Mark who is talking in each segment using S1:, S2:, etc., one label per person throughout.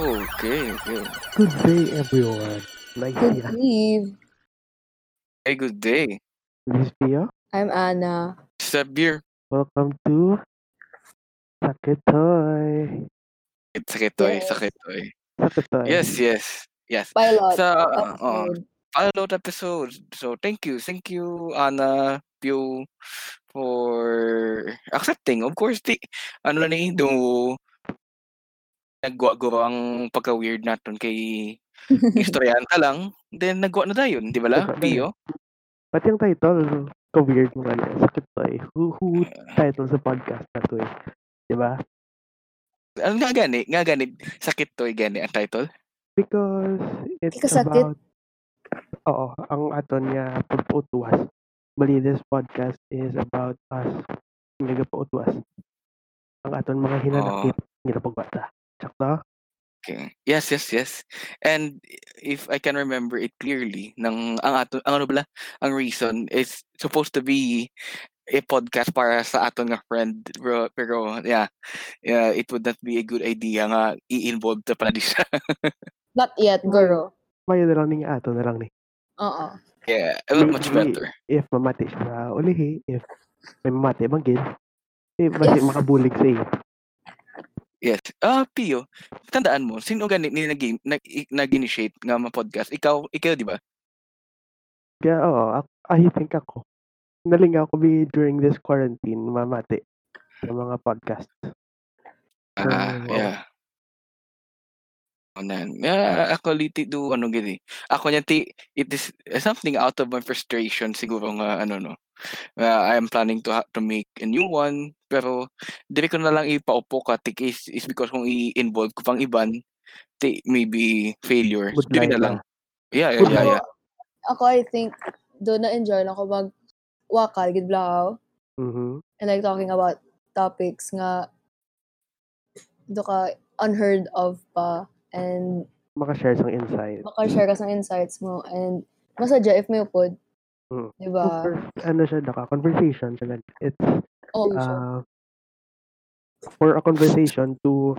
S1: Okay, okay.
S2: Good day, everyone. Nice
S3: Good
S2: yeah.
S3: Eve.
S1: Hey, good day.
S2: This is Pia.
S3: I'm Anna.
S1: Step beer.
S2: Welcome to Sakitoy.
S1: Sakit to eh,
S3: Yes.
S1: sakit to eh.
S2: Sakitoy.
S1: Yes, yes, yes.
S3: Pilot.
S1: Sa uh,
S3: episode.
S1: pilot episode. So, thank you. Thank you, Anna, Pew, for accepting. Of course, di, ano na eh, do, nagwa-gawa ang pagka-weird natin kay Historianta lang. Then, nagwa na tayo, di ba la,
S2: Nagwa na
S1: Pio?
S2: Pati yung title, ka-weird mo nga Sakitoy. Who, who title sa podcast na to eh? Diba?
S1: Ano nga gani? Nga gani? Sakit to eh, gani ang title?
S2: Because it's
S3: Ikasakit.
S2: about... Oo, ang ato niya pagpautuwas. Bali, this podcast is about us nagapautuwas. Ang aton mga
S1: Oh.
S2: hinanakit, ginapagwata. Tsakto?
S1: Okay. Yes, yes, yes. And if I can remember it clearly, ng ang ato ang ano bala, ang reason is supposed to be a podcast para sa aton nga friend pero, pero yeah, yeah, it would not be a good idea nga i-involve ta pala di siya.
S3: Not yet, Uh-uh. Goro.
S2: Mayo na lang ni nga ato na lang ni.
S3: Oo.
S1: yeah, a lot much
S2: Maybe.
S1: better.
S2: if mamati siya ulihi, if may mamati bang gid, eh, basi
S3: Yes.
S2: makabulig sa iyo.
S1: Yes. Ah, Pio, tandaan mo, sino ganit ni nag nag- i- nag-initiate nga mga podcast? Ikaw, ikaw di ba?
S2: Kaya oo, ak- I think ako, nalingaw ko bi during this quarantine, mamati sa mga podcast.
S1: Ah,
S2: Ah, oo.
S1: yeah. Onan. Yeah, ako liti do ano gini. Ako niya ti it is something out of my frustration siguro nga ano no. Uh, I am planning to ha- to make a new one pero dire ko na lang ipaupo ka ti is, is because kung i-involve ko pang iban ti maybe failure.
S2: Good
S1: Dire
S2: line
S1: na lang. Yeah, yeah,
S2: Good
S1: yeah,
S3: Ako,
S1: yeah.
S3: ako, I think, doon na-enjoy lang ko mag wakal, gid blaw.
S2: Mhm.
S3: And like talking about topics nga do ka unheard of pa. And
S2: Maka-share sang insight.
S3: makashare ka sa insights mo. And masadya if may upod.
S2: Mm.
S3: Di ba?
S2: Conver- ano siya naka conversation siya lang. It's
S3: Oh,
S1: Ah.
S3: sure.
S2: uh, for a conversation to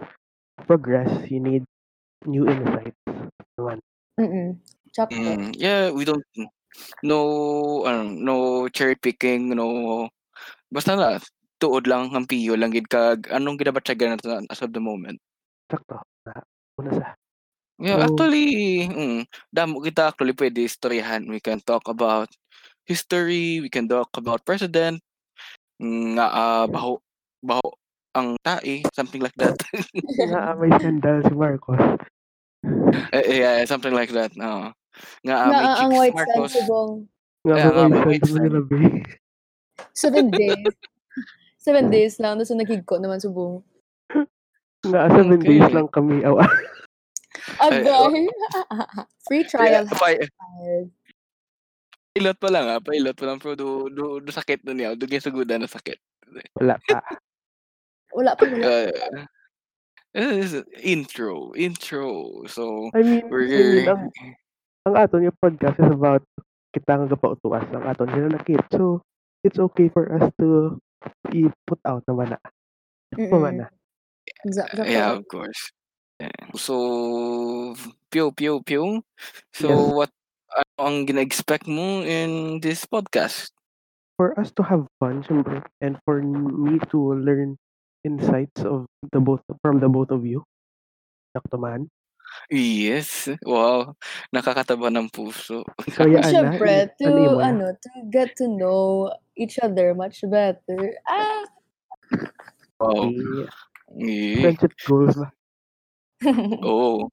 S2: progress, you need new insights.
S3: Mm-mm. Chapter.
S1: Mm, yeah, we don't no ano, no cherry picking, no basta na tuod lang ang piyo lang gid kag anong ginabatsagan nato as of the moment.
S2: Sakto. Na, una sa.
S1: Yeah,
S2: Oh.
S1: actually, mm, damo kita actually pwede istoryahan. We can talk about history, we can talk about president, mm, nga ah, baho, baho ang tae, something like that.
S2: Na may sandal si Marcos.
S1: Eh, eh, yeah, something like that. No. Nga ah,
S3: na
S1: may
S3: ang
S1: chicks
S3: white sand
S1: Marcos.
S3: subong.
S2: Nga
S1: Kaya nga,
S2: ba
S1: may
S2: may
S1: white
S2: sandal
S1: sand.
S2: nila ba?
S3: Seven days. Seven
S2: Mm.
S3: days lang. Tapos nagigko naman subong.
S2: Nga, seven
S1: Okay.
S2: days lang kami. ah, awa.
S1: Ay,
S3: Agay! Free
S1: Yeah,
S3: trial.
S1: pi-
S3: hard.
S1: pilot pa lang ah, pilot pa lang pero do, do, do sakit nun niya, do gisugudan na sakit.
S2: Wala pa.
S3: Wala pa wala.
S1: Uh, this is intro, intro. So,
S2: I mean,
S1: we're
S2: yun, ang, ang aton yung podcast is about kita nga gapautuas ang aton hinanakit. So, it's okay for us to i-put out naman na. Naman na.
S3: Exact- exact-
S1: Yeah, of course. Yeah. So, pew, pew, pew. So,
S2: Yes.
S1: what ano ang gina-expect mo in this podcast?
S2: For us to have fun, syempre, and for me to learn insights of the both from the both of you. Sakto man.
S1: Yes. Wow. Nakakataba ng puso.
S2: Ikaw yan, Anna.
S3: Siyempre,
S2: i- ano yung
S3: to,
S2: mga-
S3: ano, to get to know each other much better. Ah!
S1: Wow.
S2: i-
S1: Yeah.
S2: Eh, Friendship goals
S1: Mm.
S2: ba?
S3: Mm.
S1: Oh.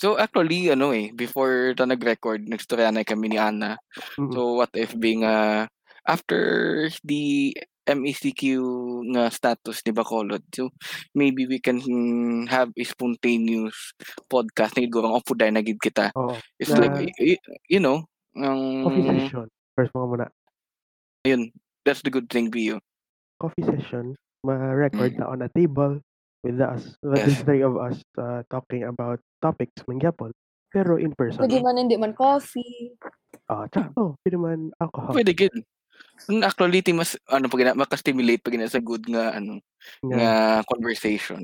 S1: So, actually, ano eh, before ta nag-record, nagstorya na kami ni Anna.
S2: Mm.
S1: So, what if being, uh, after the E MECQ nga status ni Bacolod, so maybe we can mm, have a spontaneous podcast na igurang opuday na gid kita.
S2: Oo.
S1: It's like,
S2: Na-
S1: y- y- you know, ang
S2: Coffee session. First mga muna.
S1: yun, that's the good thing, Bio.
S2: coffee session, ma-record na on a table with us, with the
S1: Yes.
S2: three of us uh, talking about topics mangyapon. Pero in person.
S3: Pwede man, hindi man coffee.
S2: Ah, tsaka, oh, pwede man alcohol.
S1: Pwede gid. Ang Actually, ti mas, ano, pag gina- makastimulate pag gina sa good nga, ano,
S2: Nga.
S1: nga conversation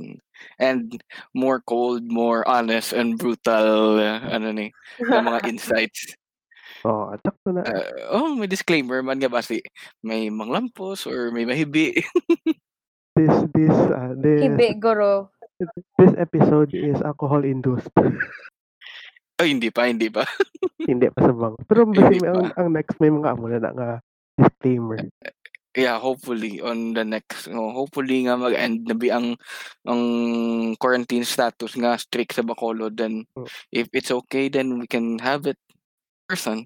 S1: and more cold, more honest and brutal uh, ano ni na mga insights.
S2: Oo, oh, atak na. na.
S1: Uh, oh, may disclaimer man nga basi may manglampos or may mahibi.
S2: This this ah, this
S3: Hibi, guro.
S2: this episode is alcohol induced.
S1: oh, hindi pa, hindi pa.
S2: Hindi pa sabang. Pero basi
S1: Hindi
S2: may- ang, ang next may mga amo na na nga disclaimer.
S1: Yeah, hopefully on the next. no, hopefully nga mag-end na bi ang ang quarantine status nga strict sa Bacolod then
S2: Oh.
S1: if it's okay then we can have it in person.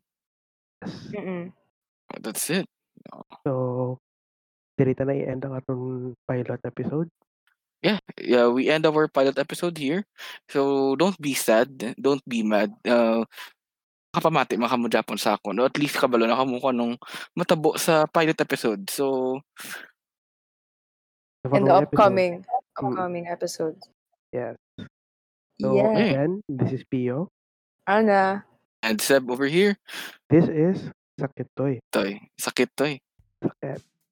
S3: Mm-mm.
S1: That's it.
S2: So dirita na i-end ang atong pilot episode.
S1: yeah, yeah, we end our pilot episode here. So don't be sad, don't be mad. Uh, kapamati makamudapon sa ako. No? At least kabalo na kamo ko nung matabo sa pilot episode. So
S2: Sa
S3: In
S2: bagong
S3: the
S2: episode.
S3: upcoming,
S2: Mm.
S3: upcoming episode.
S2: Yes. So eh.
S3: Yeah.
S2: again, this is Pio.
S3: Ana.
S1: and Seb over here,
S2: This is Sakit Toy.
S1: toy, sakit toy.
S2: Sakit.